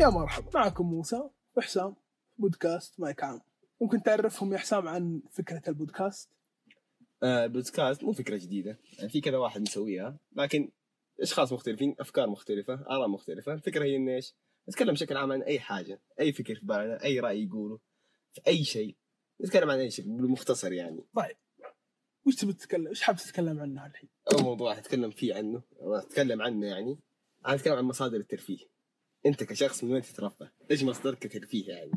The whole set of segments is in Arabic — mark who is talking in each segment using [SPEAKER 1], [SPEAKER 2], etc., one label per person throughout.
[SPEAKER 1] مرحبا معكم موسى وحسام بودكاست مايك عام ممكن تعرفهم يا حسام عن فكرة البودكاست
[SPEAKER 2] آه، البودكاست مو فكره جديده يعني في كذا واحد مسويها لكن اشخاص مختلفين افكار مختلفه اراء مختلفه الفكره هي ان ايش نتكلم بشكل عام عن اي حاجه اي فكر في بالنا اي راي يقوله في اي شيء نتكلم عن اي شيء بالمختصر يعني
[SPEAKER 1] وش تبي تتكلم ايش حاب تتكلم عنها الحين
[SPEAKER 2] اول موضوع هتكلم فيه عنه أو هتكلم عنه يعني هتكلم عن مصادر الترفيه انت كشخص من وين تترفه ايش مصدرك كترفيه يعني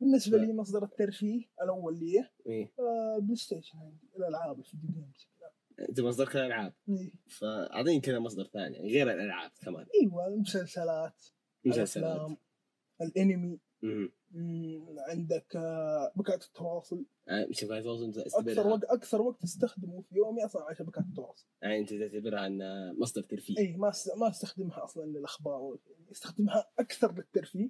[SPEAKER 1] بالنسبة لي مصدر الترفيه الأول لي
[SPEAKER 2] إيه؟
[SPEAKER 1] آه، بلاي ستيشن عندي الألعاب الفيديو جيمز
[SPEAKER 2] انت مصدرك الالعاب
[SPEAKER 1] إيه.
[SPEAKER 2] فاعطيني كذا مصدر ثاني يعني غير الالعاب كمان
[SPEAKER 1] ايوه المسلسلات
[SPEAKER 2] مسلسلات
[SPEAKER 1] الأفلام، الانمي
[SPEAKER 2] مهم.
[SPEAKER 1] مم، عندك آه، شبكات التواصل
[SPEAKER 2] آه، شبكات التواصل
[SPEAKER 1] اكثر
[SPEAKER 2] تستبدلها
[SPEAKER 1] وقت اكثر وقت استخدمه في يومي اصلا على شبكات التواصل
[SPEAKER 2] يعني انت تعتبرها انها مصدر ترفيه
[SPEAKER 1] اي ما است- ما استخدمها اصلا للاخبار ولا شيء. استخدمها اكثر يعني للترفيه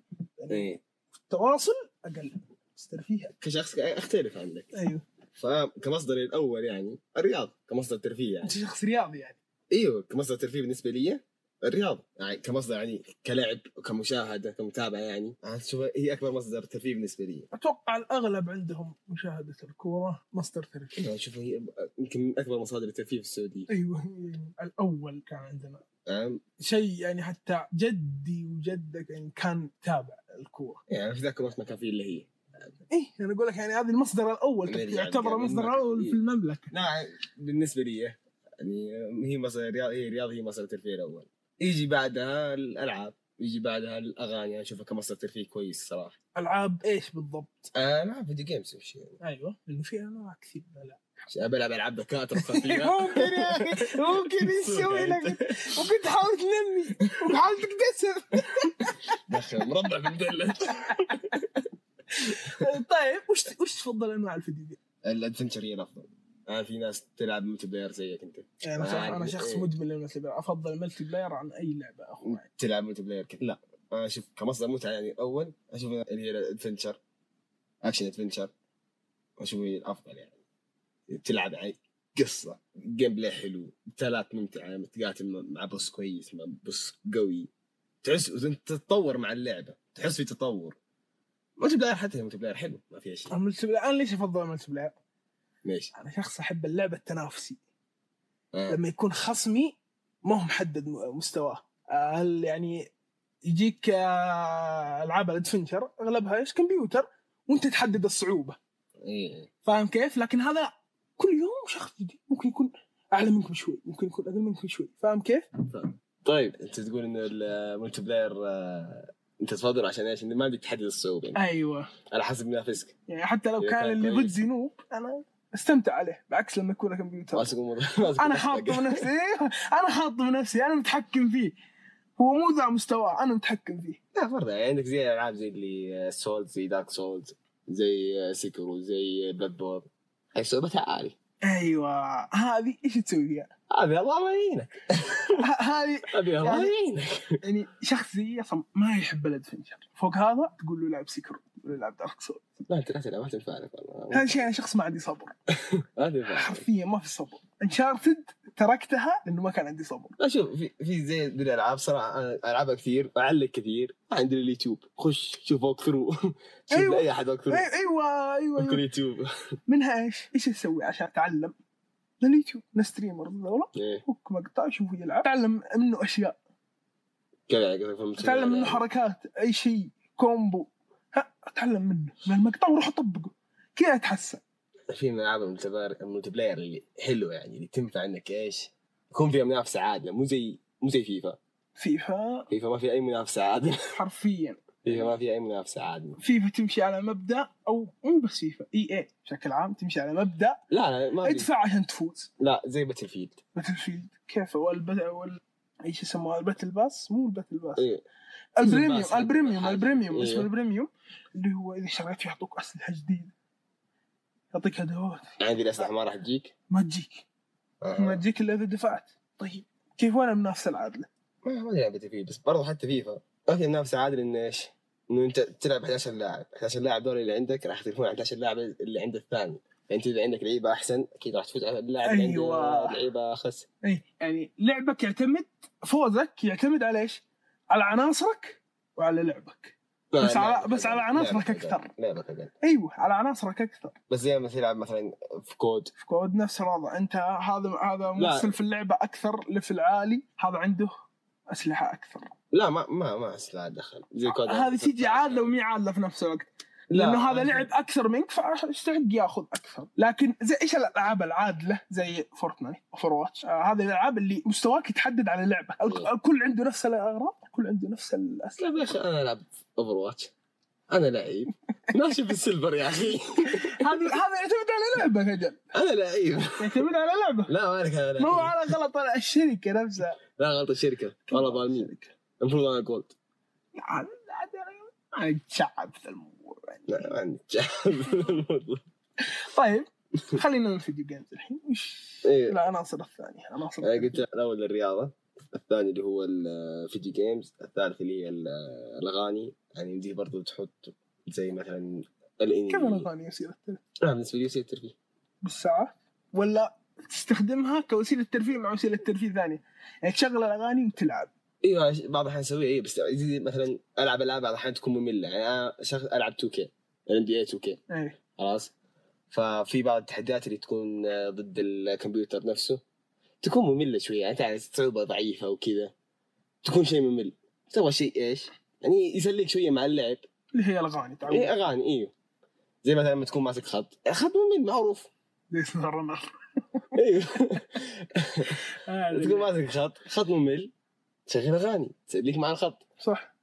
[SPEAKER 2] ايه
[SPEAKER 1] التواصل اقل بس ترفيه أكثر.
[SPEAKER 2] كشخص اختلف عنك
[SPEAKER 1] ايوه
[SPEAKER 2] فكمصدر الاول يعني الرياض كمصدر ترفيه يعني
[SPEAKER 1] انت شخص رياضي يعني
[SPEAKER 2] ايوه كمصدر ترفيه بالنسبه لي الرياض يعني كمصدر يعني كلعب وكمشاهده كمتابعه يعني شوف هي اكبر مصدر ترفيه بالنسبه لي
[SPEAKER 1] اتوقع الاغلب عندهم مشاهده الكوره مصدر ترفيه
[SPEAKER 2] يعني شوف هي يمكن من اكبر مصادر الترفيه في السعوديه
[SPEAKER 1] ايوه يعني الاول كان عندنا
[SPEAKER 2] يعني
[SPEAKER 1] شيء يعني حتى جدي وجدك يعني كان تابع الكوره
[SPEAKER 2] يعني في ذاك الوقت ما كان فيه الا هي
[SPEAKER 1] ايه انا اقول لك يعني هذا المصدر الاول
[SPEAKER 2] نرجع
[SPEAKER 1] يعتبر
[SPEAKER 2] نرجع
[SPEAKER 1] المصدر
[SPEAKER 2] للمملكة.
[SPEAKER 1] الاول في المملكه
[SPEAKER 2] لا بالنسبه لي يعني هي مصدر الرياض هي الرياض هي مصدر الترفيه الاول يجي بعدها الالعاب يجي بعدها الاغاني اشوفها كمصدر ترفيه كويس صراحه
[SPEAKER 1] العاب ايش بالضبط؟
[SPEAKER 2] آه، العاب فيديو جيمز وش يعني
[SPEAKER 1] ايوه لانه في انواع كثير من الالعاب
[SPEAKER 2] بلعب العاب ذكاء ترفع فيها
[SPEAKER 1] ممكن يا اخي ممكن يسوي لك وكنت حاول تنمي وحاول تكتسب
[SPEAKER 2] دخل مربع بالمثلث
[SPEAKER 1] طيب وش وش تفضل انواع الفيديو جيم؟
[SPEAKER 2] الادفنشر هي الافضل آه في ناس تلعب ملتي بلاير زيك انت
[SPEAKER 1] انا يعني شخص انا
[SPEAKER 2] عادي.
[SPEAKER 1] شخص
[SPEAKER 2] إيه.
[SPEAKER 1] مدمن للملتي بلاير افضل الملتي بلاير عن اي لعبه اخوي
[SPEAKER 2] تلعب ملتي بلاير كثير لا انا اشوف كمصدر متعه يعني اول اشوف اللي هي الادفنشر اكشن ادفنشر اشوف هي الافضل يعني تلعب يعني قصه جيم بلاي حلو قتالات ممتعه تقاتل مع بوس كويس مع بوس قوي تحس انت تتطور مع اللعبه تحس في تطور ملتي بلاير حتى هي ملتي بلاير حلو ما فيها شيء
[SPEAKER 1] الملتي بلاير انا ليش افضل الملتي بلاير؟
[SPEAKER 2] ليش؟
[SPEAKER 1] انا شخص احب اللعب التنافسي
[SPEAKER 2] آه.
[SPEAKER 1] لما يكون خصمي ما هو محدد م- مستواه آه، هل يعني يجيك آه، العاب الادفنشر اغلبها ايش كمبيوتر وانت تحدد الصعوبه
[SPEAKER 2] ايه
[SPEAKER 1] فاهم كيف؟ لكن هذا لا. كل يوم شخص جديد ممكن يكون اعلى منك بشوي ممكن يكون اقل منك بشوي فاهم كيف؟
[SPEAKER 2] طيب انت تقول ان الملتي بلاير آه، انت تفضل عشان ايش؟ انه ما بدك تحدد الصعوبه يعني.
[SPEAKER 1] ايوه
[SPEAKER 2] على حسب منافسك
[SPEAKER 1] يعني حتى لو
[SPEAKER 2] إيه،
[SPEAKER 1] كان
[SPEAKER 2] كان
[SPEAKER 1] اللي
[SPEAKER 2] كويس.
[SPEAKER 1] ضد نوب انا استمتع عليه بعكس لما يكون كمبيوتر
[SPEAKER 2] ماسك امور ماسك
[SPEAKER 1] انا
[SPEAKER 2] أمور.
[SPEAKER 1] حاطه بنفسي إيوه، انا حاطه بنفسي انا متحكم فيه هو مو ذا مستواه انا متحكم فيه
[SPEAKER 2] لا برضه يعني عندك زي العاب زي اللي سولز زي دارك سولز زي سيكرو زي بلاد بور هي صعوبتها عالي
[SPEAKER 1] ايوه هذه ايش تسوي فيها؟
[SPEAKER 2] هذه الله يعينك
[SPEAKER 1] ه- هذه
[SPEAKER 2] هذه الله يعينك
[SPEAKER 1] يعني شخص زي اصلا ما يحب الادفنشر فوق هذا تقول له لعب سكر ولا لعب دارك سول
[SPEAKER 2] لا انت لا تلعب ما تنفع لك والله
[SPEAKER 1] هذا شيء انا شخص ما عندي صبر
[SPEAKER 2] ما تنفع لك.
[SPEAKER 1] حرفيا ما في صبر انشارتد تركتها لانه ما كان عندي صبر
[SPEAKER 2] لا شوف في في زي ذي الالعاب صراحه انا العبها كثير اعلق كثير عندي اليوتيوب خش شوف ووك ثرو شوف
[SPEAKER 1] أيوة.
[SPEAKER 2] اي احد ووك ثرو
[SPEAKER 1] أي- ايوه ايوه,
[SPEAKER 2] ممكن
[SPEAKER 1] أيوة.
[SPEAKER 2] يوتيوب
[SPEAKER 1] منها ايش؟ ايش اسوي عشان اتعلم؟ من اليوتيوب من ستريمر ولا
[SPEAKER 2] ايه
[SPEAKER 1] فك مقطع شوفه يلعب تعلم منه اشياء
[SPEAKER 2] كذا يعني فهمت
[SPEAKER 1] اتعلم منه حركات اي شيء كومبو ها اتعلم منه من المقطع واروح اطبقه كذا اتحسن
[SPEAKER 2] في من العاب الملتي بلاير- الملتي بلاير اللي حلوه يعني اللي تنفع انك ايش؟ يكون فيها منافسه عادله مو زي مو زي فيفا،
[SPEAKER 1] فيفا
[SPEAKER 2] فيفا ما فيها اي منافسه عادله،
[SPEAKER 1] حرفيا
[SPEAKER 2] فيفا ما فيها اي منافسه عادله.
[SPEAKER 1] فيفا تمشي على مبدا او مو بس فيفا اي اي بشكل عام تمشي على مبدا
[SPEAKER 2] لا لا ما أدفع.
[SPEAKER 1] ادفع عشان تفوز
[SPEAKER 2] لا زي باتل فيلد
[SPEAKER 1] باتل فيلد كيف والبدا وال ايش يسموها الباتل باس مو الباتل باس
[SPEAKER 2] إيه.
[SPEAKER 1] البريميوم
[SPEAKER 2] باس.
[SPEAKER 1] البريميوم
[SPEAKER 2] حاجة.
[SPEAKER 1] البريميوم
[SPEAKER 2] إيه.
[SPEAKER 1] اسمه البريميوم اللي هو اذا شريت فيه يعطوك اسلحه جديده يعطيك ادوات
[SPEAKER 2] عندي الاسلحه ما راح تجيك.
[SPEAKER 1] ما تجيك
[SPEAKER 2] آه.
[SPEAKER 1] ما تجيك الا اذا دفعت طيب كيف وين المنافسه العادله؟
[SPEAKER 2] ما ما ادري عن باتل فيلد بس برضه حتى فيفا ما فيها منافسه عادله ان ايش؟ انه انت تلعب 11 لاعب، 11 لاعب دول اللي عندك راح تكون 11 لاعب اللي عند الثاني. فانت اذا عندك لعيبه احسن اكيد راح تفوز على اللاعب اللي
[SPEAKER 1] أيوة.
[SPEAKER 2] عنده لعيبه اخس.
[SPEAKER 1] اي يعني لعبك يعتمد فوزك يعتمد على ايش؟ على عناصرك وعلى لعبك
[SPEAKER 2] لا،
[SPEAKER 1] بس على-
[SPEAKER 2] لعبك
[SPEAKER 1] بس على
[SPEAKER 2] أقل.
[SPEAKER 1] عناصرك
[SPEAKER 2] لعبك أقل.
[SPEAKER 1] أكثر.
[SPEAKER 2] لعبك اقل
[SPEAKER 1] ايوه على عناصرك اكثر
[SPEAKER 2] بس زي ما تلعب مثلا في كود
[SPEAKER 1] في كود نفس الوضع انت هذا هذا ممثل في اللعبه اكثر ليفل عالي هذا عنده اسلحه اكثر
[SPEAKER 2] لا ما ما ما لا دخل زي كود
[SPEAKER 1] هذه تيجي عادله ومي عادله في نفس الوقت
[SPEAKER 2] لا،
[SPEAKER 1] لانه هذا
[SPEAKER 2] أنا-
[SPEAKER 1] لعب اكثر منك فاستحق ياخذ اكثر لكن زي ايش الالعاب العادله زي فورتنايت اوفر واتش آه هذه الالعاب اللي مستواك يتحدد على اللعبه ال-
[SPEAKER 2] إيه.
[SPEAKER 1] الكل عنده نفس الاغراض الكل عنده نفس الاسلحه
[SPEAKER 2] لا يا اخي انا العب اوفر واتش انا لعيب ناشف السيلفر يا اخي
[SPEAKER 1] هذا هذا يعتمد على لعبه يا رجل
[SPEAKER 2] انا لعيب
[SPEAKER 1] يعتمد على لعبه
[SPEAKER 2] لا مالك انا
[SPEAKER 1] ما هو
[SPEAKER 2] لعيب
[SPEAKER 1] على غلط على الشركه نفسها
[SPEAKER 2] لا غلطه الشركه والله ظالمين المفروض انا جولد
[SPEAKER 1] لا، يعني عاد- عاد- عاد تشعب في الموضوع
[SPEAKER 2] لا ما عندي
[SPEAKER 1] طيب خلينا من الفيديو جيمز الحين وش
[SPEAKER 2] إيه.
[SPEAKER 1] العناصر الثانيه العناصر
[SPEAKER 2] انا
[SPEAKER 1] الثانية.
[SPEAKER 2] قلت الاول الرياضه الثاني اللي هو الفيديو جيمز الثالث اللي هي ال- الاغاني يعني يمديك برضو تحط زي مثلا الانمي
[SPEAKER 1] كم الاغاني يصير التلفزيون
[SPEAKER 2] لا بالنسبه لي وسيله الترفيه
[SPEAKER 1] بالساعة ولا تستخدمها كوسيلة ترفيه مع وسيلة ترفيه ثانية يعني تشغل الأغاني وتلعب
[SPEAKER 2] ايوه بعض الاحيان اسويها اي بس يعني زي مثلا العب العاب بعض الاحيان تكون ممله يعني انا شخص العب 2 كي ام دي اي 2 كي
[SPEAKER 1] إيه
[SPEAKER 2] خلاص ففي بعض التحديات اللي تكون آه، ضد الكمبيوتر نفسه تكون ممله شويه يعني تعرف صعوبه ضعيفه وكذا تكون شيء ممل تبغى شيء ايش؟ يعني يسليك شويه مع اللعب
[SPEAKER 1] اللي هي الأغاني تعود
[SPEAKER 2] اي اغاني ايوه زي مثلا لما تكون ماسك خط خط ممل معروف
[SPEAKER 1] ليس الرمر
[SPEAKER 2] ايوه تكون ماسك خط خط ممل تشغل اغاني تسليك مع الخط
[SPEAKER 1] صح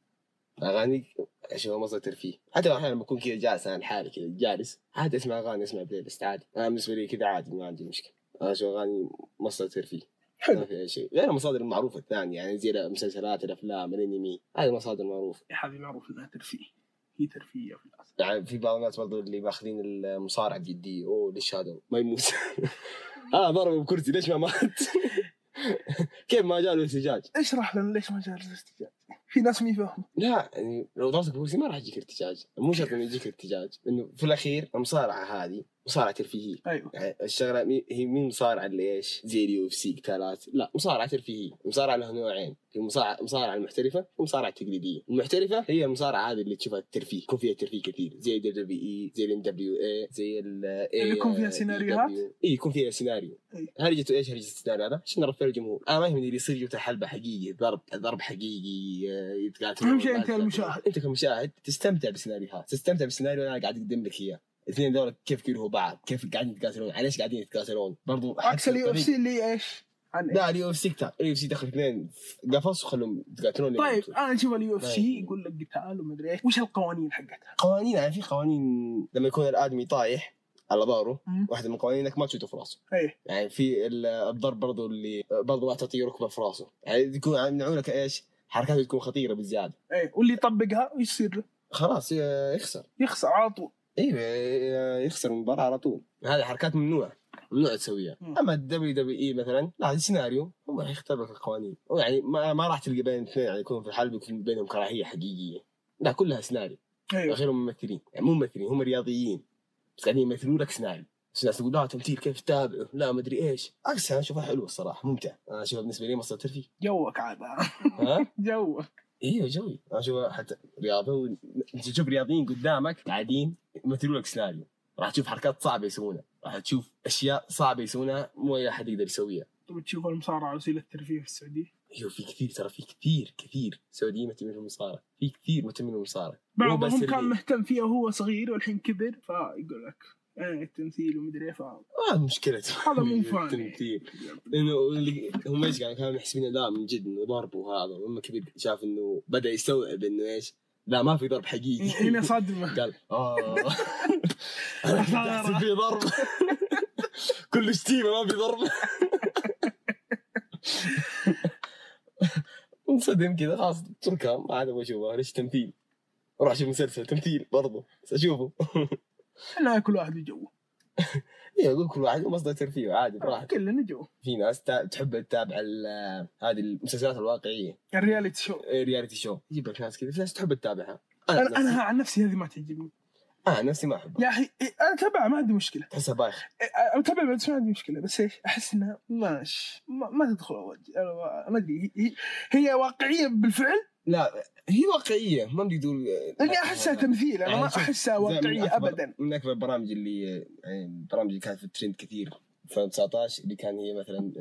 [SPEAKER 2] اغاني اشوفها مصدر ترفيه حتى احيانا لما اكون كذا جالس انا لحالي كذا جالس عادي اسمع اغاني اسمع بلاي ليست عادي انا بالنسبه لي كذا عادي ما عندي مشكله انا اشوف اغاني مصدر ترفيه ما
[SPEAKER 1] حلو
[SPEAKER 2] في اي شيء غير المصادر المعروفه الثانيه يعني زي المسلسلات الافلام الانمي هذه مصادر معروفه
[SPEAKER 1] إيه، هذه معروف إنها ترفيه هي ترفيه في الأصل
[SPEAKER 2] يعني في بعض الناس برضو اللي ماخذين المصارعه بجديه اوه ليش هذا ما يموت اه ضربه بكرسي ليش ما مات كيف ما جاله ارتجاج
[SPEAKER 1] اشرح لنا ليش ما جالس ارتجاج في ناس ما يفهموا
[SPEAKER 2] لا يعني لو ضغطك بوزي ما راح يجيك ارتجاج مو شرط انه يجيك ارتجاج انه في الاخير المصارعه هذه مصارعه ترفيهيه
[SPEAKER 1] أيوه
[SPEAKER 2] يعني الشغله مي- هي مين مصارعه اللي ايش زي اليو اف سي قتالات لا مصارعه ترفيهيه مصارعه لها نوعين في مصارعه المصارعه المحترفه والمصارعه التقليديه المحترفه هي المصارعه هذه اللي تشوفها الترفيه يكون فيها ترفيه كثير زي دبليو بي اي زي الام دبليو اي زي ال
[SPEAKER 1] اللي يكون فيها سيناريوهات؟
[SPEAKER 2] اي يكون فيها سيناريو
[SPEAKER 1] أي.
[SPEAKER 2] هرجته ايش هرجه السيناريو هذا عشان نرفع الجمهور انا ما يهمني اللي يصير جوته حلبه حقيقي ضرب ضرب حقيقي آه، يتقاتل
[SPEAKER 1] أهم شيء أنت المشاهد.
[SPEAKER 2] انت كمشاهد تستمتع بالسيناريوهات تستمتع بالسيناريو اللي انا قاعد اقدم لك اياه الاثنين دول كيف يروحوا بعض كيف قاعدين يتقاتلون على ايش قاعدين يتقاتلون برضو
[SPEAKER 1] عكس
[SPEAKER 2] حتى
[SPEAKER 1] اليو اف
[SPEAKER 2] الطريق-
[SPEAKER 1] سي اللي إيش عن إيش
[SPEAKER 2] لا اليو اف سي كتاب اليو اف سي دخل اثنين قفص وخلهم يتقاتلون لين
[SPEAKER 1] طيب
[SPEAKER 2] يموتون.
[SPEAKER 1] أنا أشوف اليو اف سي
[SPEAKER 2] طيب.
[SPEAKER 1] يقول لك قتال ومدري إيش وش القوانين حقتها
[SPEAKER 2] قوانين يعني في قوانين لما يكون الادمي طايح على ظهره
[SPEAKER 1] مم.
[SPEAKER 2] واحده من القوانين انك ما تشوته في راسه
[SPEAKER 1] إيه
[SPEAKER 2] يعني في ال- الضرب برضو اللي برضو لا تعطيه ركبه في راسه يعني تكون يمنعوا لك ايش حركاته تكون خطيره بالزياده
[SPEAKER 1] إيه واللي يطبقها يصير له
[SPEAKER 2] خلاص ي- يخسر
[SPEAKER 1] يخسر على طول
[SPEAKER 2] ايوه يخسر المباراه على طول هذه حركات ممنوعه ممنوع تسويها
[SPEAKER 1] مم.
[SPEAKER 2] اما الدبليو دبليو اي مثلا لا هذا سيناريو هم راح يختار لك القوانين ويعني ما, ما راح تلقى بين اثنين يعني يكون في الحلبة يكون بينهم كراهيه حقيقيه لا كلها سيناريو
[SPEAKER 1] أيوه
[SPEAKER 2] اخيرا ممثلين يعني مو ممثلين هم رياضيين بس قاعدين يمثلوا لك سيناريو بس الناس تقول لا تمثيل كيف تتابعه لا ما ادري ايش عكس انا اشوفها حلوه الصراحه ممتع انا اشوفها بالنسبه لي مصدر ترفيه
[SPEAKER 1] جوك عاد
[SPEAKER 2] ها
[SPEAKER 1] جوك
[SPEAKER 2] ايوه جوي انا اشوفها حتى رياضه و... انت تشوف رياضيين قدامك قاعدين يمثلوا لك سيناريو راح تشوف حركات صعبه يسوونها راح تشوف اشياء صعبه يسوونها مو اي احد يقدر يسويها
[SPEAKER 1] تبي تشوف المصارعة وسيلة ترفيه في السعودية
[SPEAKER 2] ايوه في كثير ترى في كثير كثير سعوديين مهتمين بالمصارعه في كثير مهتمين بالمصارعه مو بس
[SPEAKER 1] بعضهم
[SPEAKER 2] اللي-
[SPEAKER 1] كان مهتم فيها وهو صغير والحين كبر فيقول لك ايه التمثيل ومدري ايه فهذا
[SPEAKER 2] ما مشكلته
[SPEAKER 1] هذا مو فاهم.
[SPEAKER 2] التمثيل. لانه اللي هم ايش قاعد- كانوا يحسبين لا من جد انه ضرب وهذا ولما كبر شاف انه بدا يستوعب انه ايش لا ما في ضرب حقيقي
[SPEAKER 1] هنا صدمة
[SPEAKER 2] قال اه انا كنت احسب في ضرب كل شتيمه ما في ضرب انصدم كذا خلاص اتركها ما عاد ابغى اشوفها ليش تمثيل اروح اشوف مسلسل تمثيل برضه بس اشوفه
[SPEAKER 1] احنا كل واحد وجوه
[SPEAKER 2] إيه، اقول كل واحد مصدر ترفيه عادي براحته
[SPEAKER 1] كلنا جو
[SPEAKER 2] في ناس تا- تحب تتابع ال- هذه المسلسلات الواقعيه
[SPEAKER 1] الرياليتي شو
[SPEAKER 2] رياليتي شو يجيب لك ناس كذا في ناس تحب تتابعها
[SPEAKER 1] انا
[SPEAKER 2] انا نفسي-
[SPEAKER 1] انا عن نفسي هذه ما تعجبني
[SPEAKER 2] انا نفسي ما احبها
[SPEAKER 1] يا اخي إيه، انا اتابعها ما عندي مشكلة
[SPEAKER 2] تحسها بايخه
[SPEAKER 1] إيه، اتابع بس ما عندي مشكلة بس ايش احس انها ماش ما, ما تدخل أول- أنا ما ما ادري هي- هي- هي واقعية بالفعل
[SPEAKER 2] لا هي واقعيه ما بدي تقول
[SPEAKER 1] انا احسها تمثيل انا
[SPEAKER 2] يعني
[SPEAKER 1] ما
[SPEAKER 2] شوف،
[SPEAKER 1] احسها واقعيه ابدا
[SPEAKER 2] من اكبر البرامج اللي يعني البرامج اللي كانت في الترند كثير في 19 اللي كان هي مثلا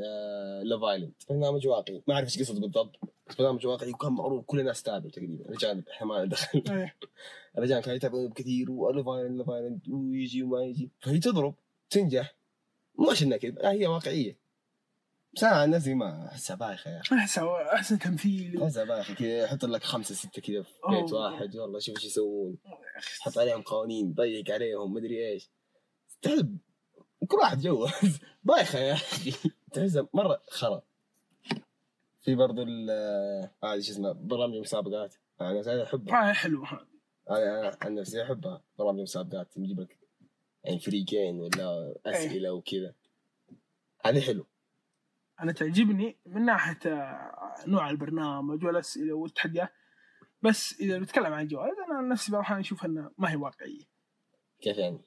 [SPEAKER 2] لاف ايلاند برنامج واقعي ما اعرف ايش قصته بالضبط بس برنامج واقعي وكان معروف كل الناس تابعوا تقريبا الرجال احنا ما دخل
[SPEAKER 1] إيه.
[SPEAKER 2] الرجال كانوا يتابعون كثير ولاف ايلاند لاف ايلاند ويجي وما يجي فهي تضرب تنجح مو عشان إنها كذب لا، هي واقعيه بس انا عن نفسي ما يعني. احسها بايخه يا اخي
[SPEAKER 1] احسها احسها تمثيل
[SPEAKER 2] احسها بايخه كذا يحط لك خمسه سته كذا في بيت
[SPEAKER 1] أوه.
[SPEAKER 2] واحد والله شوف ايش يسوون حط عليهم قوانين ضيق عليهم مدري ايش تحب كل واحد جوه بايخه يا اخي تحسها مره خرا في برضو ال هذا شو اسمه برامج المسابقات انا أنا احبها
[SPEAKER 1] هاي حلوه هذه.
[SPEAKER 2] انا أنا عن نفسي احبها برامج المسابقات نجيب لك يعني فريقين ولا اسئله وكذا هذه حلو
[SPEAKER 1] انا تعجبني من ناحيه آه، نوع البرنامج والاسئله والتحديات بس اذا بتكلم عن الجوائز انا عن نفسي بعض الأحيان اشوف انها ما هي واقعيه
[SPEAKER 2] كيف يعني؟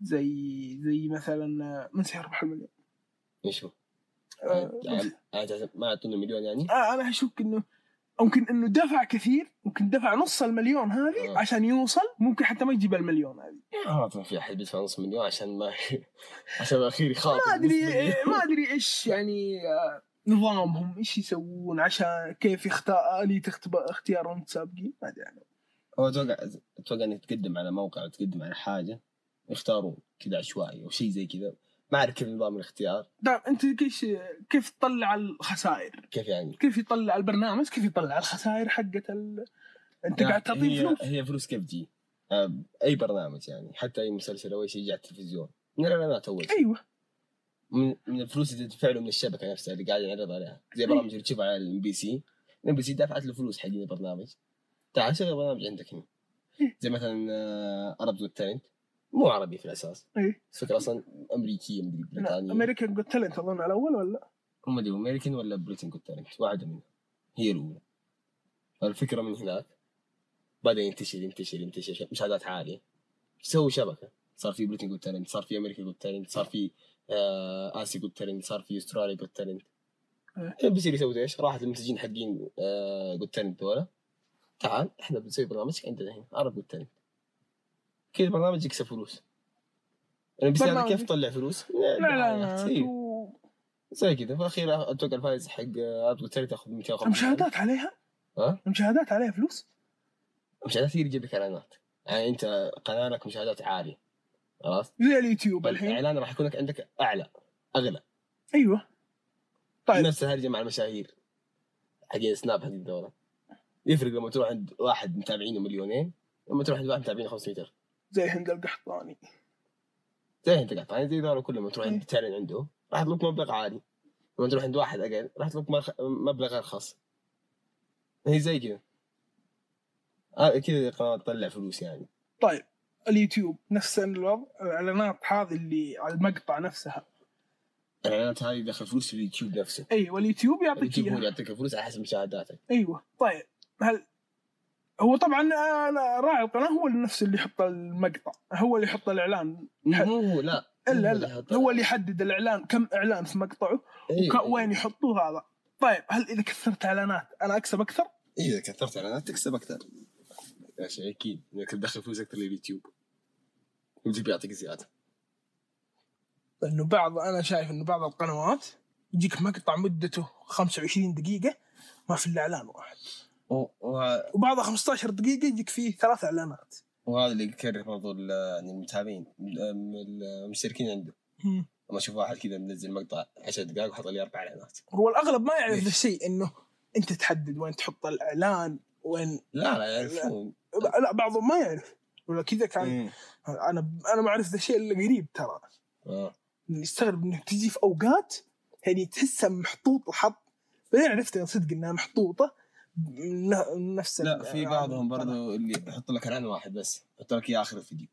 [SPEAKER 1] زي زي مثلا آه، من سيربح المليون
[SPEAKER 2] ايش هو؟
[SPEAKER 1] آه،
[SPEAKER 2] يعني- يعني ما اعطونا مليون يعني؟
[SPEAKER 1] آه، انا اشك انه ممكن انه دفع كثير ممكن دفع نص المليون هذه
[SPEAKER 2] آه.
[SPEAKER 1] عشان يوصل ممكن حتى ما يجيب المليون هذه
[SPEAKER 2] ما اظن في احد بيدفع نص مليون عشان ما عشان الاخير يخاطب
[SPEAKER 1] ما ادري
[SPEAKER 2] نص مليون.
[SPEAKER 1] ما ادري ايش يعني آه، نظامهم ايش يسوون عشان كيف يختار آه، اليه اختب- اختيار المتسابقين ما ادري انا
[SPEAKER 2] هو اتوقع اتوقع انك تقدم على موقع وتقدم على حاجه يختارون كذا عشوائي او شيء زي كذا ما اعرف كيف نظام الاختيار
[SPEAKER 1] دام انت كيف كيف تطلع الخسائر
[SPEAKER 2] كيف يعني
[SPEAKER 1] كيف يطلع البرنامج كيف يطلع الخسائر حقت ال... انت قاعد تعطيه
[SPEAKER 2] آه، هي
[SPEAKER 1] فلوس
[SPEAKER 2] هي فلوس كيف تجي؟ آه، اي برنامج يعني حتى اي مسلسل او اي شيء يجي على التلفزيون من الاعلانات اول شيء.
[SPEAKER 1] ايوه
[SPEAKER 2] من من الفلوس اللي تدفع له من الشبكه نفسها اللي قاعد يعرض عليها زي برامج اللي تشوفها على الام بي سي الام بي سي دافعت له فلوس حقين البرنامج تعال شغل برنامج عندك هنا زي آه، مثلا ارب تالنت مو عربي في الاساس
[SPEAKER 1] ايه
[SPEAKER 2] الفكره اصلا امريكيه مدري بريطانيه
[SPEAKER 1] امريكان جوت تالنت اظن على الاول ولا
[SPEAKER 2] هم دي امريكان ولا بريتن كنت تالنت واحده منهم هي الاولى الفكره من هناك بدا ينتشر ينتشر ينتشر ش- مشاهدات عاليه سووا شبكه صار في بريتن كنت تالنت صار في امريكا كنت تالنت صار في آه اسيا كنت تالنت صار في استراليا كنت تالنت
[SPEAKER 1] إيه.
[SPEAKER 2] بيصير يسوي ايش؟ راحت المنتجين حقين آه كنت تالنت دولة تعال احنا بنسوي برنامج عندنا هنا عرب كنت تالنت كذا برنامج يكسب فلوس انا بس يعني
[SPEAKER 1] برنامج-
[SPEAKER 2] كيف تطلع فلوس؟
[SPEAKER 1] لا لا
[SPEAKER 2] إيه.
[SPEAKER 1] لا و-
[SPEAKER 2] زي كذا في الاخير اتوقع الفايز حق ارض التالي تاخذ 250
[SPEAKER 1] مشاهدات عليها
[SPEAKER 2] ها؟
[SPEAKER 1] مشاهدات عليها فلوس
[SPEAKER 2] مشاهدات هي اللي تجيب لك اعلانات يعني انت قناه لك مشاهدات عاليه خلاص
[SPEAKER 1] زي اليوتيوب الحين
[SPEAKER 2] الاعلان راح يكون لك عندك اعلى اغلى
[SPEAKER 1] ايوه طيب.
[SPEAKER 2] نفس الهرجه مع المشاهير حقين سناب حق الدوله يفرق لما تروح عند واحد متابعينه مليونين لما تروح عند واحد متابعينه 500 الف
[SPEAKER 1] زي هند القحطاني
[SPEAKER 2] زي انت قاعد يعني زي دولة كل لما تروح عند تعلن عنده راح يطلب مبلغ عالي لما تروح عند واحد اقل راح يطلب مرخ- مبلغ ارخص هي زي كذا آه، كذا القناة تطلع فلوس يعني
[SPEAKER 1] طيب اليوتيوب نفس الوضع الاعلانات هذه اللي على المقطع نفسها
[SPEAKER 2] الاعلانات هذه دخل فلوس في اليوتيوب نفسه
[SPEAKER 1] ايوه اليوتيوب يعطيك
[SPEAKER 2] اليوتيوب هو
[SPEAKER 1] اياها
[SPEAKER 2] اللي يعطيك فلوس على حسب مشاهداتك
[SPEAKER 1] ايوه طيب هل هو طبعا أنا راعي القناه هو اللي نفسه اللي يحط المقطع هو اللي يحط الاعلان
[SPEAKER 2] مو هو لا
[SPEAKER 1] الا
[SPEAKER 2] اللي
[SPEAKER 1] الا
[SPEAKER 2] يحط-
[SPEAKER 1] هو اللي يحدد الاعلان كم اعلان في مقطعه
[SPEAKER 2] إيه،
[SPEAKER 1] وك- وين يحطوه هذا طيب هل اذا كثرت اعلانات انا اكسب اكثر؟
[SPEAKER 2] إيه، اذا كثرت اعلانات تكسب اكثر يا شيء اكيد انك تدخل فلوس اكثر لليوتيوب اليوتيوب يعطيك زياده
[SPEAKER 1] لانه بعض انا شايف انه بعض القنوات يجيك مقطع مدته 25 دقيقة ما في الا اعلان واحد
[SPEAKER 2] وهذا
[SPEAKER 1] وبعضها 15 دقيقة يجيك فيه ثلاث اعلانات
[SPEAKER 2] وهذا اللي يكره برضو ال- يعني المتابعين ال- المشتركين عنده لما اشوف واحد كذا منزل مقطع 10 دقائق وحط لي اربع اعلانات
[SPEAKER 1] هو الاغلب ما يعرف
[SPEAKER 2] ليش؟
[SPEAKER 1] ذا الشيء انه انت تحدد وين تحط الاعلان وين
[SPEAKER 2] لا يعني لا يعرفون
[SPEAKER 1] لا بعضهم ما يعرف ولا كذا
[SPEAKER 2] إيه.
[SPEAKER 1] كان انا انا ما اعرف ذا الشيء الا قريب ترى
[SPEAKER 2] آه.
[SPEAKER 1] اللي استغرب انه تجي في اوقات يعني تحسها محطوطه حط بعدين عرفت إن صدق انها محطوطه من من نفس
[SPEAKER 2] لا
[SPEAKER 1] ال- آه،
[SPEAKER 2] في بعضهم برضو اللي يحط لك اعلان واحد بس يحط لك اياه اخر الفيديو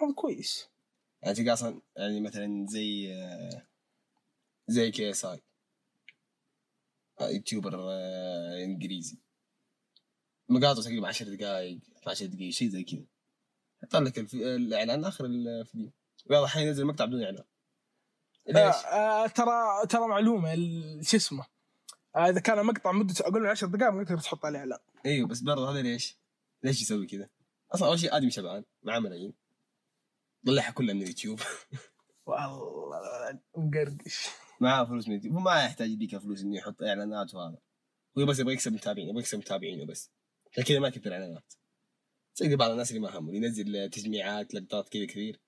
[SPEAKER 1] هذا كويس
[SPEAKER 2] يعني تلقى اصلا يعني مثلا زي آه، زي كي اس اي يوتيوبر آه، انجليزي مقاطع تقريبا 10 دقائق 12 دقيقة شيء زي كذا يحط لك الف- الاعلان اخر الفيديو بعض الاحيان ينزل مقطع بدون اعلان
[SPEAKER 1] آه
[SPEAKER 2] ليش؟
[SPEAKER 1] آه ترى ترى معلومه ال- شو اسمه آه، اذا كان المقطع مدته اقل من 10 دقائق ما تقدر تحط عليه اعلان
[SPEAKER 2] ايوه بس برضه هذا ليش؟ ليش يسوي كذا؟ اصلا اول شيء ادمي شبعان معاه ملايين طلعها كلها من اليوتيوب
[SPEAKER 1] والله مقرقش
[SPEAKER 2] معاه فلوس من اليوتيوب هو ما يحتاج ذيك الفلوس انه يحط اعلانات وهذا هو بس يبغى يكسب متابعين يبغى يكسب متابعين وبس عشان كذا ما كثر اعلانات تلقى بعض الناس اللي ما همه ينزل تجميعات لقطات كذا كثير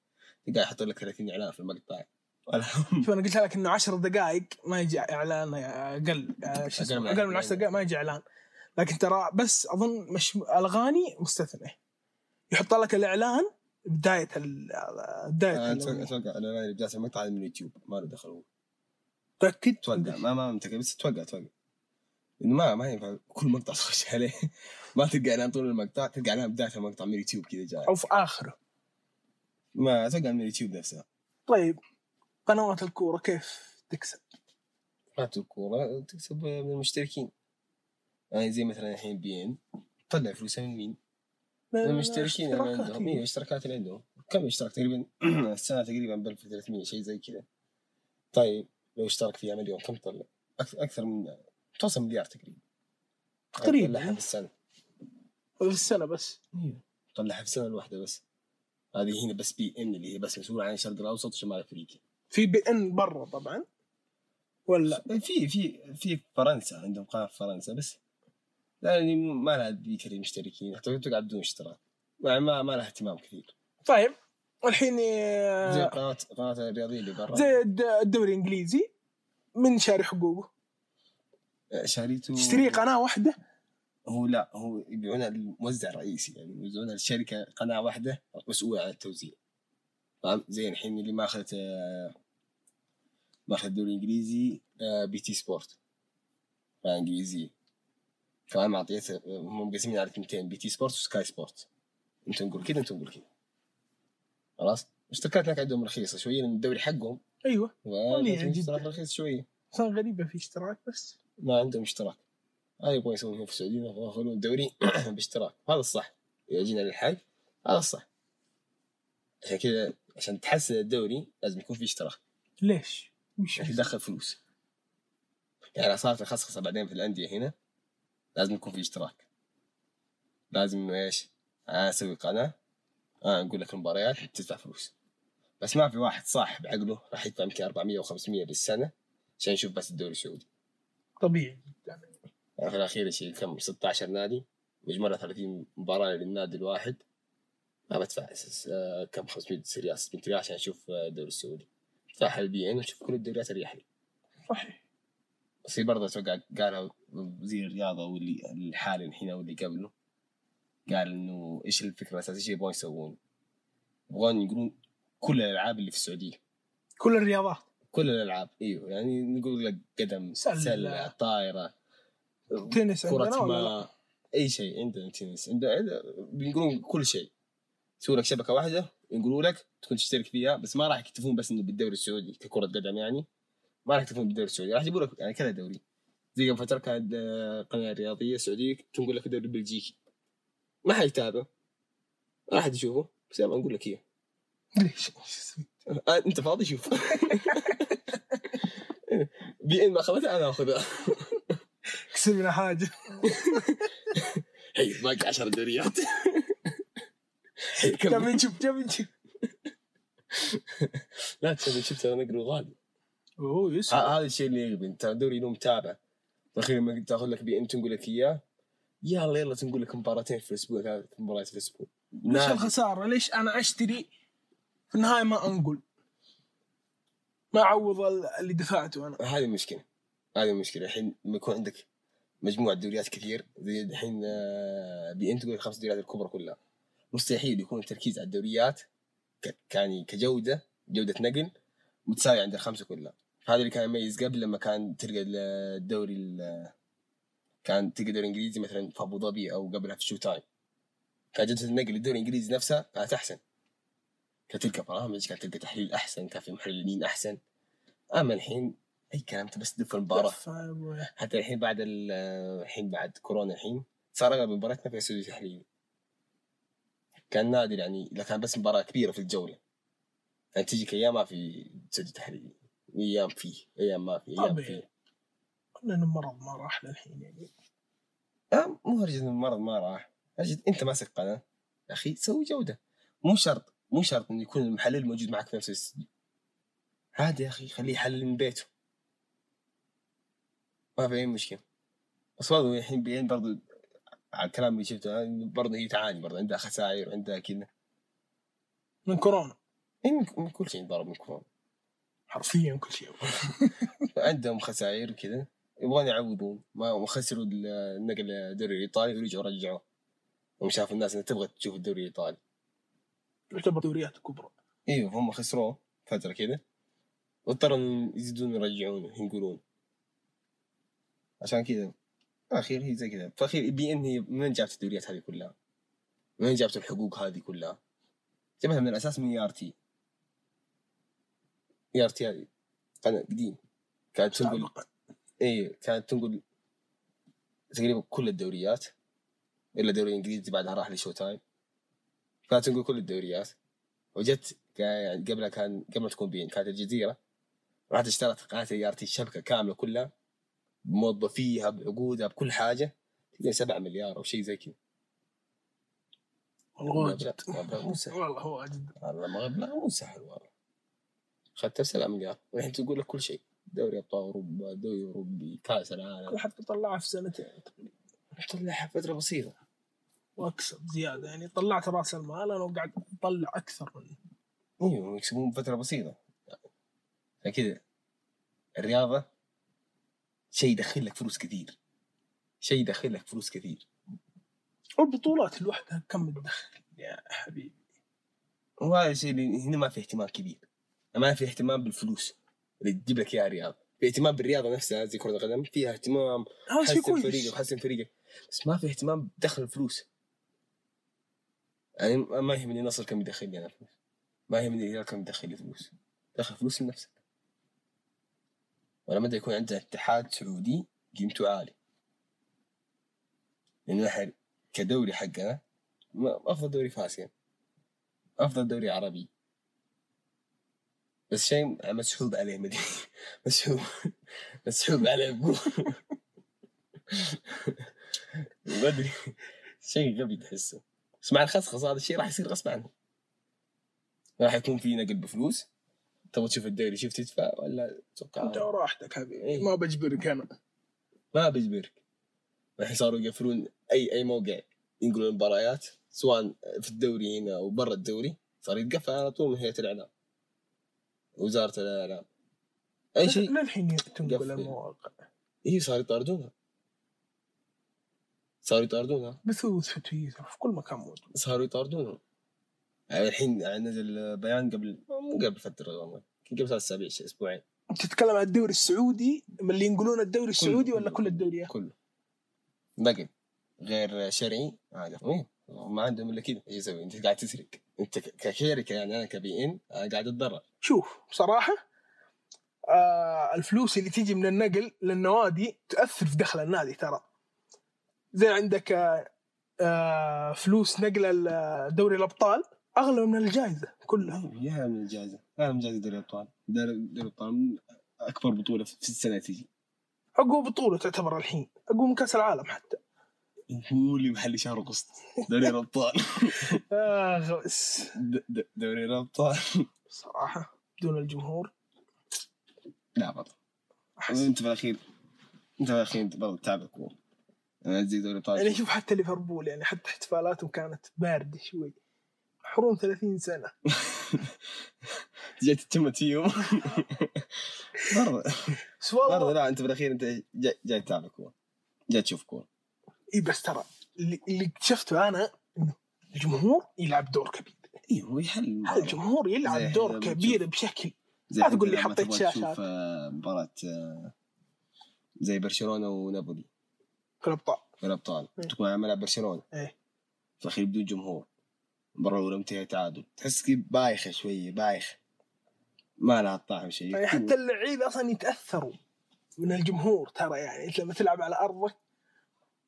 [SPEAKER 2] تلقى يحط لك 30 اعلان في المقطع ولا هم.
[SPEAKER 1] شوف انا قلت لك انه 10 دقائق ما يجي اعلان اقل آه، شو اسمه،
[SPEAKER 2] أقل
[SPEAKER 1] اقل
[SPEAKER 2] من
[SPEAKER 1] من
[SPEAKER 2] عشر
[SPEAKER 1] 10 دقائق ما يجي اعلان لكن ترى بس اظن مش الاغاني مستثنى يحط لك الاعلان بدايه ال... بدايه
[SPEAKER 2] أنا
[SPEAKER 1] ال-
[SPEAKER 2] اتوقع اتوقع انا اللي بدايه المقطع هذا من اليوتيوب ما له دخل هو
[SPEAKER 1] متاكد
[SPEAKER 2] اتوقع ما ما متأكد بس اتوقع اتوقع انه ما ما ينفع كل مقطع تخش عليه ما تلقى اعلان طول المقطع تلقى اعلان بدايه المقطع من اليوتيوب كذا جاي
[SPEAKER 1] او في اخره
[SPEAKER 2] ما اتوقع من اليوتيوب نفسه
[SPEAKER 1] طيب قنوات الكوره كيف تكسب؟
[SPEAKER 2] ما الكورة تكسب من المشتركين يعني زي مثلا الحين بي ان تطلع فلوسها من مين؟ من المشتركين اللي
[SPEAKER 1] آه، اشتراكات
[SPEAKER 2] عندهم ايوه الاشتراكات اللي عندهم كم اشتراك تقريبا السنة تقريبا ب 1300 شيء زي كذا طيب لو اشترك فيها مليون كم تطلع؟ أكثر, اكثر من توصل مليار تقريبا طلعها
[SPEAKER 1] تقريبا
[SPEAKER 2] في السنة
[SPEAKER 1] في السنه بس
[SPEAKER 2] طلعها في السنة الواحدة بس هذه هنا بس بي ان اللي هي بس مسؤولة عن الشرق الاوسط وشمال افريقيا
[SPEAKER 1] في بي ان برا طبعا ولا
[SPEAKER 2] في في في فرنسا عندهم قناه في فرنسا بس لا يعني ما لها ذيك اللي مشتركين حتى تقعد بدون اشتراك يعني ما ما لها اهتمام كثير
[SPEAKER 1] طيب الحين
[SPEAKER 2] زي
[SPEAKER 1] آه،
[SPEAKER 2] قناه قناه الرياضيه اللي برا
[SPEAKER 1] زي الد- الدوري الانجليزي من شاري حقوقه
[SPEAKER 2] شاريته
[SPEAKER 1] تشتري قناه واحده
[SPEAKER 2] هو لا هو يبيعونها للموزع الرئيسي يعني يوزعونها للشركه قناه واحده مسؤوله عن التوزيع فاهم زي الحين اللي ما اخذت آه، ما اخذت الدوري الانجليزي آه، بي تي سبورت آه، قناه انجليزيه كمان معطيت هم مقسمين على اثنتين بي تي سبورت وسكاي سبورت انتم نقول كذا انتم نقول كذا خلاص اشتركات هناك عندهم رخيصه شويه لان الدوري حقهم
[SPEAKER 1] ايوه
[SPEAKER 2] وعندهم
[SPEAKER 1] جداً.
[SPEAKER 2] اشتراك رخيص شويه
[SPEAKER 1] صار غريبه في اشتراك بس
[SPEAKER 2] ما عندهم اشتراك هذا يبغى يسوونه في السعوديه ياخذون الدوري باشتراك هذا الصح اذا جينا للحل هذا الصح عشان كذا عشان تحسن الدوري لازم يكون في اشتراك
[SPEAKER 1] ليش؟ وش
[SPEAKER 2] عشان تدخل فلوس يعني صارت الخصخصه بعدين في الانديه هنا لازم يكون في اشتراك لازم انه ايش؟ انا اسوي قناه انا اقول لك المباريات تدفع فلوس بس ما في واحد صاحب عقله راح يدفع يمكن 400 و500 بالسنه عشان يشوف بس الدوري السعودي
[SPEAKER 1] طبيعي
[SPEAKER 2] يعني في الأخير شيء كم 16 نادي مجموعة 30 مباراة للنادي الواحد ما بدفع أساس- آه، كم 500 ريال 600 ريال عشان أشوف آه، الدوري السعودي أدفعها حلبيا وأشوف كل الدوريات اللي يحلي
[SPEAKER 1] صحيح
[SPEAKER 2] بس هي برضه أتوقع قالها وزير الرياضة واللي الحالي الحين أو اللي قبله قال إنه إيش الفكرة الأساسية إيش يبغون يسوون يبغون يقولون كل الألعاب اللي في السعودية
[SPEAKER 1] كل الرياضات
[SPEAKER 2] كل الألعاب أيوه يعني نقول لك قدم
[SPEAKER 1] سلة.
[SPEAKER 2] سلة طائرة
[SPEAKER 1] تنس عندنا
[SPEAKER 2] كرة
[SPEAKER 1] ولا لا؟
[SPEAKER 2] ما اي شيء عندنا تنس عندنا عندنا- بينقلون كل شيء يسووا لك شبكه واحده ينقلوا لك تكون تشترك فيها بس ما راح يكتفون بس انه بالدوري السعودي ككره قدم يعني ما راح يكتفون بالدوري السعودي راح يجيبوا لك يعني كذا دوري زي قبل فتره كانت آه، قناه رياضيه سعوديه تنقل لك الدوري البلجيكي ما حد يتابعه ما حد يشوفه بس يلا نقول لك اياه
[SPEAKER 1] ليش؟
[SPEAKER 2] آه، انت فاضي شوف بي ان ما اخذتها انا اخذها
[SPEAKER 1] كسبنا حاجه
[SPEAKER 2] هي باقي 10 دوريات هي كمل.
[SPEAKER 1] جاب نشوف جاب نشوف
[SPEAKER 2] لا تسوي شفت انا نقري غالي
[SPEAKER 1] اوه
[SPEAKER 2] ه-
[SPEAKER 1] يسوى
[SPEAKER 2] هذا الشيء اللي يغبي انت دوري له متابع الاخير لما تاخذ لك بي ام تنقل لك اياه يلا يلا تنقل لك مباراتين في الاسبوع ثلاث مباريات في الاسبوع
[SPEAKER 1] ليش
[SPEAKER 2] نادي.
[SPEAKER 1] الخساره؟ ليش انا اشتري في النهايه ما انقل؟ ما اعوض ال- اللي دفعته انا
[SPEAKER 2] هذه المشكله هذه المشكله الحين لما يكون عندك مجموعه دوريات كثير زي الحين آه، بي ام تقول لك خمس دوريات الكبرى كلها مستحيل يكون التركيز على الدوريات ك- يعني كجوده جوده نقل متساوي عند الخمسه كلها هذا اللي كان يميز قبل لما كان تلقى ال- الدوري ال- كان تلقى الدوري الانجليزي مثلا في ابو ظبي او قبلها في شو تايم كان جوده النقل للدوري الانجليزي نفسها كانت احسن كانت تلقى برامج كانت تلقى تحليل احسن كان في محللين احسن اما الحين اي كلام انت بس تدف المباراه
[SPEAKER 1] دفع يا أبوي.
[SPEAKER 2] حتى الحين بعد ال- الحين بعد كورونا الحين صار اغلب المباريات ما فيها استوديو تحليلي كان نادر يعني اذا كان بس مباراه كبيره في الجوله يعني تجيك ايام ما في استوديو تحليلي ايام فيه ايام ما في ايام
[SPEAKER 1] طبيعي.
[SPEAKER 2] فيه
[SPEAKER 1] لانه مرض ما راح للحين يعني
[SPEAKER 2] آه، مو هرجة إن المرض ما راح هرجة انت ماسك قناه يا اخي سوي جوده مو شرط مو شرط انه يكون المحلل موجود معك في نفس الاستديو عادي يا اخي خليه يحلل من بيته ما في اي مشكله بس برضه الحين بيعين برضه على الكلام اللي شفته أنا برضه هي تعاني برضه عندها خسائر وعندها كذا
[SPEAKER 1] من كورونا
[SPEAKER 2] هي من- من كل شيء ضرب من كورونا
[SPEAKER 1] حرفيا كل شيء
[SPEAKER 2] عندهم خسائر وكذا يبغون يعوضون ما خسروا النقل الدوري الايطالي ورجعوا رجعوه هم شافوا الناس انها تبغى تشوف الدوري الايطالي
[SPEAKER 1] يعتبر دوريات كبرى
[SPEAKER 2] ايوه هم خسروه فتره كذا واضطروا إنهم يزيدون يرجعونه ينقلون عشان كذا اخير هي زي كذا فاخير بي ان هي من جابت الدوريات هذه كلها؟ من جابت الحقوق هذه كلها؟ جابتها من الاساس من E ار تي ار تي E هذه قناه قديم كانت تنقل
[SPEAKER 1] سابقا
[SPEAKER 2] اي إيه، كانت تنقل تقريبا كل الدوريات الا الدوري الانجليزي بعدها راح لشو تايم كانت تنقل كل الدوريات وجت كا- يعني قبلها كان قبل ما تكون بين كانت الجزيره راحت اشترت قناه اي ار تي الشبكه كامله كلها بموظفيها بعقودها بكل حاجه تقريبا 7 مليار او شيء زي كذا
[SPEAKER 1] والله
[SPEAKER 2] مبلغ-
[SPEAKER 1] واجد
[SPEAKER 2] مبلغ مو سهل
[SPEAKER 1] والله واجد
[SPEAKER 2] والله مبلغ مو سهل والله اخذتها ب 7 مليار والحين تقول لك كل شيء دوري ابطال اوروبا دوري اوروبي كاس العالم
[SPEAKER 1] كل حد طلعها في سنتين تقريبا
[SPEAKER 2] طلعها فتره بسيطه
[SPEAKER 1] واكسب زياده يعني طلعت راس المال انا وقاعد اطلع اكثر منه
[SPEAKER 2] ايوه يكسبون فترة بسيطة فكذا الرياضة شيء يدخل لك فلوس كثير شيء يدخل لك فلوس كثير
[SPEAKER 1] والبطولات لوحدها كم تدخل يا حبيبي
[SPEAKER 2] وهذا الشيء اللي هنا ما في اهتمام كبير ما في اهتمام بالفلوس اللي تجيب لك اياها الرياضة في اهتمام بالرياضة نفسها زي كرة القدم فيها اهتمام
[SPEAKER 1] هذا شيء
[SPEAKER 2] حسن فريقك
[SPEAKER 1] كويس
[SPEAKER 2] وحسن فريقك بس ما في اهتمام بدخل الفلوس يعني ما يهمني النصر كم يدخل لي انا فلوس ما يهمني الهلال كم يدخل لي فلوس دخل فلوس لنفسك ولما يكون عندنا اتحاد سعودي قيمته عالي لان نحن كدوري حقنا ما- افضل دوري في اسيا افضل دوري عربي بس شيء مسحوب عليه مدري مسحوب مسحوب عليه بقوة. ما ادري شيء غبي تحسه بس مع الخصخص هذا الشيء راح يصير غصب عنه راح يكون في نقل بفلوس تبغى تشوف الدوري شوف تدفع ولا
[SPEAKER 1] انت
[SPEAKER 2] توقع
[SPEAKER 1] وراحتك حبيبي
[SPEAKER 2] إيه.
[SPEAKER 1] ما بجبرك انا
[SPEAKER 2] ما بيجبرك الحين صاروا يقفلون اي اي موقع ينقلون المباريات سواء في الدوري هنا او برا الدوري صار يتقفل على طول من هيئه الاعلام وزاره الاعلام اي شيء
[SPEAKER 1] للحين
[SPEAKER 2] قفل.
[SPEAKER 1] تنقل المواقع
[SPEAKER 2] هي صار يطاردونها صاروا يطاردونها
[SPEAKER 1] بثوث في تويتر في كل مكان موجود
[SPEAKER 2] صاروا يطاردونه يعني الحين نزل بيان قبل مو قبل فتره والله يمكن قبل ثلاث اسابيع شي- اسبوعين
[SPEAKER 1] انت تتكلم عن الدوري السعودي من اللي ينقلون الدوري السعودي ولا كل الدوريات؟
[SPEAKER 2] كله نقل غير شرعي عادي مين؟ ما عندهم الا كذا ايش يسوي؟ انت قاعد تسرق انت ك- كشركه يعني انا كبي ان أنا قاعد اتضرر
[SPEAKER 1] شوف بصراحه آه الفلوس اللي تيجي من النقل للنوادي تاثر في دخل النادي ترى زي عندك آه آه فلوس نقل ال- آه، دوري الابطال اغلى من الجائزه كلها
[SPEAKER 2] يا من الجائزه يا من جائزه دوري الابطال دوري دوري الابطال اكبر بطوله في السنه تجي
[SPEAKER 1] اقوى بطوله تعتبر الحين اقوى من كاس العالم حتى
[SPEAKER 2] هو اللي محل شهر اغسطس دوري الابطال
[SPEAKER 1] آه بس
[SPEAKER 2] د- د- دوري الابطال
[SPEAKER 1] بصراحه بدون الجمهور
[SPEAKER 2] لا بطل
[SPEAKER 1] احس
[SPEAKER 2] انت في الاخير انت في الاخير انت برضه تتابع كوره انا ازيك دوري ايطالي
[SPEAKER 1] يعني شوف حتى ليفربول يعني حتى احتفالاتهم كانت بارده شوي حروم 30 سنه
[SPEAKER 2] جاي تتم تيوم برضه
[SPEAKER 1] بس والله
[SPEAKER 2] برضه لا انت في الاخير انت جاي, جاي تتابع كوره جاي تشوف كوره
[SPEAKER 1] اي إيه، بس ترى اللي اللي اكتشفته انا انه الجمهور يلعب دور كبير
[SPEAKER 2] اي إيه، هو يحل
[SPEAKER 1] هذا
[SPEAKER 2] المباراة.
[SPEAKER 1] الجمهور
[SPEAKER 2] زي
[SPEAKER 1] يلعب دور
[SPEAKER 2] نعم. إيه، لما تشوف-
[SPEAKER 1] كبير بشكل
[SPEAKER 2] زي
[SPEAKER 1] لا
[SPEAKER 2] حتى
[SPEAKER 1] تقول لي
[SPEAKER 2] لما
[SPEAKER 1] حطيت
[SPEAKER 2] تبغى
[SPEAKER 1] شاشات.
[SPEAKER 2] تشوف آه، مباراة آه، زي برشلونة ونابولي
[SPEAKER 1] في الابطال
[SPEAKER 2] في الابطال
[SPEAKER 1] إيه.
[SPEAKER 2] تكون على ملعب برشلونة
[SPEAKER 1] إيه.
[SPEAKER 2] في الاخير بدون جمهور المباراة الأولى منتهية تعادل تحس كي بايخة شوية بايخة ما لها طعم شيء
[SPEAKER 1] يعني حتى اللعيبه اصلا يتاثروا من الجمهور ترى يعني انت لما تلعب على ارضك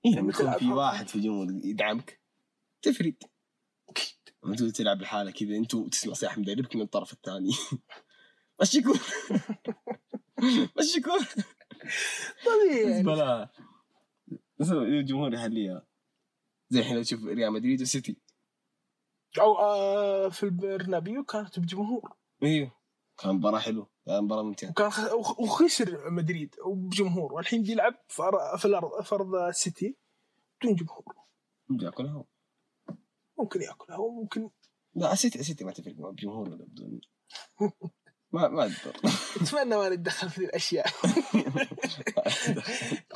[SPEAKER 2] إيه
[SPEAKER 1] لما
[SPEAKER 2] لما يكون
[SPEAKER 1] تلعب
[SPEAKER 2] في
[SPEAKER 1] حر.
[SPEAKER 2] واحد في الجمهور يدعمك تفرق لما تقول تلعب لحالك كذا انت وتسمع صياح مدربك من الطرف الثاني مشيكور مشيكور
[SPEAKER 1] طبيعي يعني.
[SPEAKER 2] بلا بس الجمهور يحليها زي الحين لو تشوف ريال مدريد وسيتي
[SPEAKER 1] او آه في البرنابيو كانت بجمهور
[SPEAKER 2] ايوه كان مباراة حلوة كان مباراة ممتعة
[SPEAKER 1] وكان خ- وخ- وخسر مدريد وبجمهور والحين بيلعب في أر- في الارض في ارض السيتي بدون جمهور
[SPEAKER 2] ممتعة كلها
[SPEAKER 1] ممكن ياكلها وممكن
[SPEAKER 2] لا السيتي السيتي ما تفرق مع الجمهور ولا بدون ما ما تضر
[SPEAKER 1] اتمنى ما نتدخل في الاشياء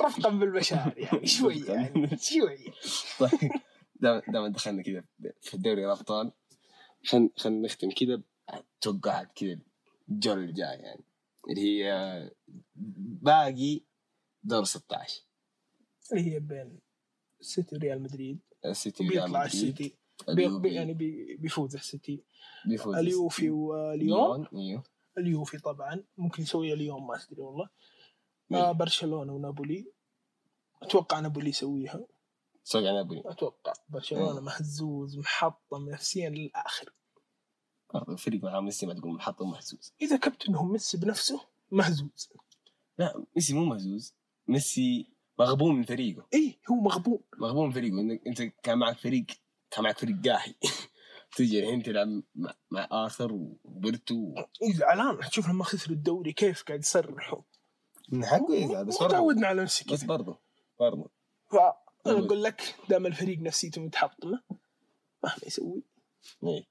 [SPEAKER 1] رفقا بالمشاعر يعني شوي يعني شوي
[SPEAKER 2] طيب دام دام دخلنا كذا في دوري الابطال خلينا خلينا نختم كذا توقعات كذا الجوله اللي جايه يعني اللي هي باقي دور 16
[SPEAKER 1] اللي هي بين السيتي وريال مدريد
[SPEAKER 2] السيتي وريال
[SPEAKER 1] بيطلع
[SPEAKER 2] مدريد،
[SPEAKER 1] السيتي بي
[SPEAKER 2] اليوفي
[SPEAKER 1] بي يعني بي بيفوز السيتي
[SPEAKER 2] بيفوز
[SPEAKER 1] اليوفي واليوم
[SPEAKER 2] ليون ايوه
[SPEAKER 1] اليوفي طبعا ممكن يسويها اليوم ما ادري والله آه
[SPEAKER 2] مين؟
[SPEAKER 1] برشلونه ونابولي اتوقع نابولي يسويها
[SPEAKER 2] سوق على نابولي
[SPEAKER 1] اتوقع برشلونه مهزوز محطم نفسيا للاخر
[SPEAKER 2] برضه فريق مع ميسي ما تقول محطه محزوز
[SPEAKER 1] اذا كابتنهم ميسي بنفسه مهزوز
[SPEAKER 2] لا ميسي مو مهزوز ميسي مغبون من فريقه
[SPEAKER 1] اي إيه، هو مغبون
[SPEAKER 2] مغبون من فريقه انك انت كان معك فريق كان معك فريق قاحي تجي الحين تلعب مع, مع ارثر وبرتو
[SPEAKER 1] إيه، زعلان شوف لما خسر الدوري كيف قاعد يصرحوا
[SPEAKER 2] من حقه يزعل يعني بس
[SPEAKER 1] ما
[SPEAKER 2] برضه
[SPEAKER 1] تعودنا على نفسي
[SPEAKER 2] بس
[SPEAKER 1] كذا
[SPEAKER 2] برضه برضه
[SPEAKER 1] فانا
[SPEAKER 2] أمم.
[SPEAKER 1] اقول لك دام الفريق نفسيته متحطمه مهما يسوي
[SPEAKER 2] إيه.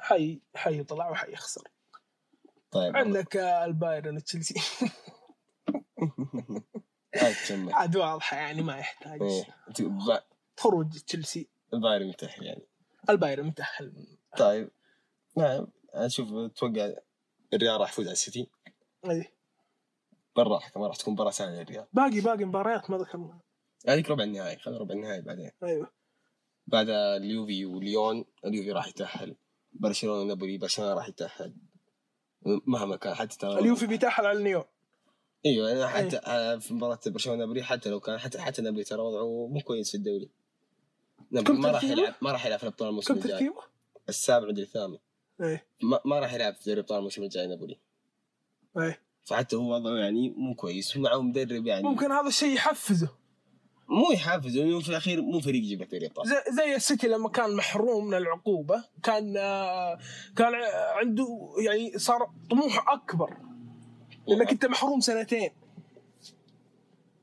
[SPEAKER 1] حي حيطلع وحيخسر
[SPEAKER 2] أمم. طيب
[SPEAKER 1] عندك آه، البايرن تشيلسي
[SPEAKER 2] هاي تشمل
[SPEAKER 1] عاد واضحه يعني ما يحتاج
[SPEAKER 2] أمم. إيه،
[SPEAKER 1] خروج تشيلسي
[SPEAKER 2] البايرن متاح يعني
[SPEAKER 1] البايرن متاهل
[SPEAKER 2] طيب نعم اشوف اتوقع الريال راح يفوز على السيتي
[SPEAKER 1] إيه.
[SPEAKER 2] بالراحه ما راح تكون مباراه سهله للريال
[SPEAKER 1] باقي باقي مباريات ما ذكرنا
[SPEAKER 2] هذيك ربع النهائي خلينا ربع النهائي بعدين
[SPEAKER 1] ايوه
[SPEAKER 2] بعد اليوفي وليون اليوفي راح يتاهل برشلونه نابولي برشلونه راح يتاهل مهما كان حتى ترى
[SPEAKER 1] اليوفي إيه. بيتاهل على نيو
[SPEAKER 2] ايوه انا حتى آه، في مباراه برشلونه نابولي حتى لو كان حتى حتى نابولي ترى وضعه مو كويس في الدوري نابولي
[SPEAKER 1] كم
[SPEAKER 2] ما راح
[SPEAKER 1] ترتيبه؟
[SPEAKER 2] يلعب ما راح يلعب في الابطال الموسم
[SPEAKER 1] كم
[SPEAKER 2] الجاي
[SPEAKER 1] ترتيبه؟
[SPEAKER 2] السابع عند الثامن
[SPEAKER 1] ايه
[SPEAKER 2] ما, ما راح يلعب في دوري الابطال الموسم الجاي نابولي
[SPEAKER 1] ايه
[SPEAKER 2] فحتى هو وضعه يعني مو كويس ومعه مدرب يعني
[SPEAKER 1] ممكن هذا الشيء يحفزه
[SPEAKER 2] مو يحافز لانه في الاخير مو فريق يجيب لك دوري الابطال
[SPEAKER 1] زي, زي السيتي لما كان محروم من العقوبه كان آه، كان ع- عنده يعني صار طموحه اكبر لانك انت محروم سنتين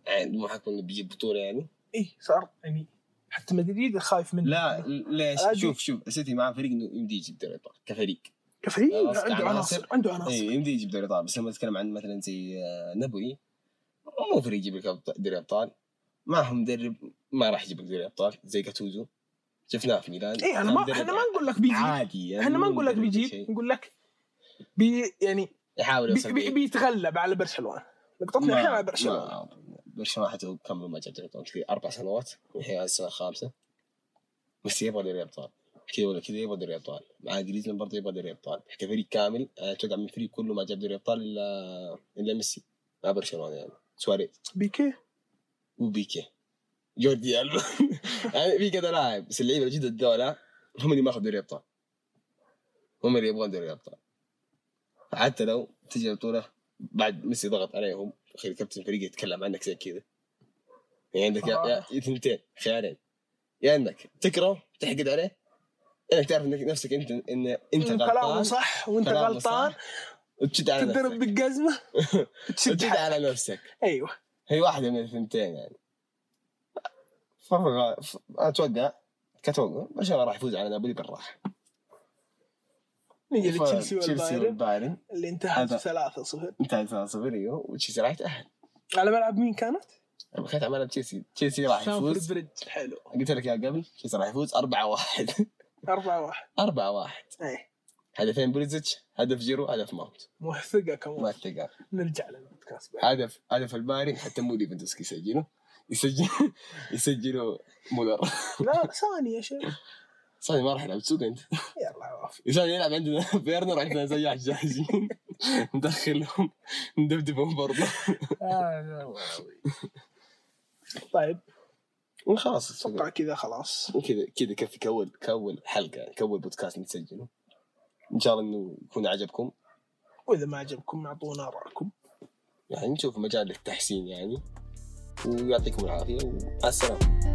[SPEAKER 2] يعني طموحك انه بيجيب بطوله يعني
[SPEAKER 1] اي صار يعني حتى مدريد خايف منه
[SPEAKER 2] لا ليش
[SPEAKER 1] عادي.
[SPEAKER 2] شوف شوف السيتي معاه فريق انه يمدي يجيب دوري الابطال كفريق
[SPEAKER 1] كفريق
[SPEAKER 2] آه، قصد
[SPEAKER 1] عنده
[SPEAKER 2] عناصر.
[SPEAKER 1] عناصر عنده عناصر
[SPEAKER 2] اي يمدي يجيب دوري الابطال بس لما نتكلم عن مثلا زي آه، نابولي مو فريق يجيب لك أبط- دوري الابطال معهم مدرب ما راح يجيب لك دوري الابطال زي جاتوزو شفناه في ميلان
[SPEAKER 1] اي انا
[SPEAKER 2] كان
[SPEAKER 1] إيه، ما
[SPEAKER 2] مدرب
[SPEAKER 1] احنا ما نقول لك بيجيب
[SPEAKER 2] عادي يعني
[SPEAKER 1] احنا ما
[SPEAKER 2] مو
[SPEAKER 1] نقول لك
[SPEAKER 2] مدرب
[SPEAKER 1] بيجيب
[SPEAKER 2] شيء.
[SPEAKER 1] نقول لك بي يعني
[SPEAKER 2] يحاول
[SPEAKER 1] بي
[SPEAKER 2] يوصل
[SPEAKER 1] بي
[SPEAKER 2] بي-
[SPEAKER 1] بيتغلب على برشلونه نقطتنا
[SPEAKER 2] ما-
[SPEAKER 1] احنا على برشلونه
[SPEAKER 2] ما- برشلونه حتى كم ما جاب دوري الابطال كذا اربع سنوات والحين على السنه الخامسه بس يبغى دوري الابطال كذا ولا كذا يبغى دوري الابطال مع جريزمان برضه يبغى دوري الابطال كفريق كامل انا اتوقع من الفريق كله ما جاب دوري الابطال الا الا ميسي مع برشلونه يعني سواريز
[SPEAKER 1] بيكي
[SPEAKER 2] وبيكي جوردي ألبا يعني بيكي ده لاعب بس اللعيبه الجدد دولة هم اللي ما اخذوا دوري الابطال هم اللي يبغون دوري الابطال حتى لو تجي البطوله بعد ميسي ضغط عليهم اخي كابتن الفريق يتكلم عنك زي كذا يعني عندك يا- يا
[SPEAKER 1] آه.
[SPEAKER 2] يا اثنتين خيارين يا انك تكره تحقد عليه انك تعرف انك نفسك انت ان انت
[SPEAKER 1] كلامه
[SPEAKER 2] غلطان
[SPEAKER 1] صح وانت
[SPEAKER 2] كلامه
[SPEAKER 1] غلطان
[SPEAKER 2] صح، وتشد على
[SPEAKER 1] تتضرب
[SPEAKER 2] نفسك
[SPEAKER 1] بالجزمه تشد
[SPEAKER 2] وتشد
[SPEAKER 1] حد.
[SPEAKER 2] على نفسك
[SPEAKER 1] ايوه
[SPEAKER 2] هي واحدة من الثنتين يعني فبغى ف- اتوقع كتوقع برشلونة راح يفوز على نابولي بالراحه
[SPEAKER 1] نيجي
[SPEAKER 2] ف-
[SPEAKER 1] لتشيلسي والبايرن
[SPEAKER 2] والبايرن
[SPEAKER 1] اللي انتهت
[SPEAKER 2] هذا.
[SPEAKER 1] 3 0
[SPEAKER 2] انتهت 3-0 ايوه وتشيلسي راح يتأهل
[SPEAKER 1] على ملعب مين كانت؟
[SPEAKER 2] انا كنت عمالة تشيلسي تشيلسي راح
[SPEAKER 1] سانفورد
[SPEAKER 2] يفوز
[SPEAKER 1] بريدج حلو
[SPEAKER 2] قلت لك يا قبل تشيلسي راح يفوز 4-1
[SPEAKER 1] 4 1
[SPEAKER 2] 4-1
[SPEAKER 1] اي
[SPEAKER 2] هدفين بريزيتش هدف جيرو هدف ماونت
[SPEAKER 1] موثقه
[SPEAKER 2] ما
[SPEAKER 1] كمان
[SPEAKER 2] اتقال
[SPEAKER 1] نرجع للبودكاست بعد.
[SPEAKER 2] هدف هدف البايرن حتى مو ليفندوسكي يسجله يسجل يسجله مولر
[SPEAKER 1] لا ثاني يا شيخ
[SPEAKER 2] صحيح ما راح يلعب تسوق انت
[SPEAKER 1] يلا عوافي
[SPEAKER 2] يسال يلعب عندنا فيرنر عندنا زياح جاهزين ندخلهم ندبدبهم برضه
[SPEAKER 1] طيب
[SPEAKER 2] وخلاص
[SPEAKER 1] اتوقع كذا خلاص
[SPEAKER 2] كذا كذا كفي كول كول حلقه يعني كول بودكاست نسجله ان شاء الله انه يكون عجبكم
[SPEAKER 1] واذا ما عجبكم اعطونا ارائكم
[SPEAKER 2] يعني نشوف مجال للتحسين يعني ويعطيكم العافيه والسلام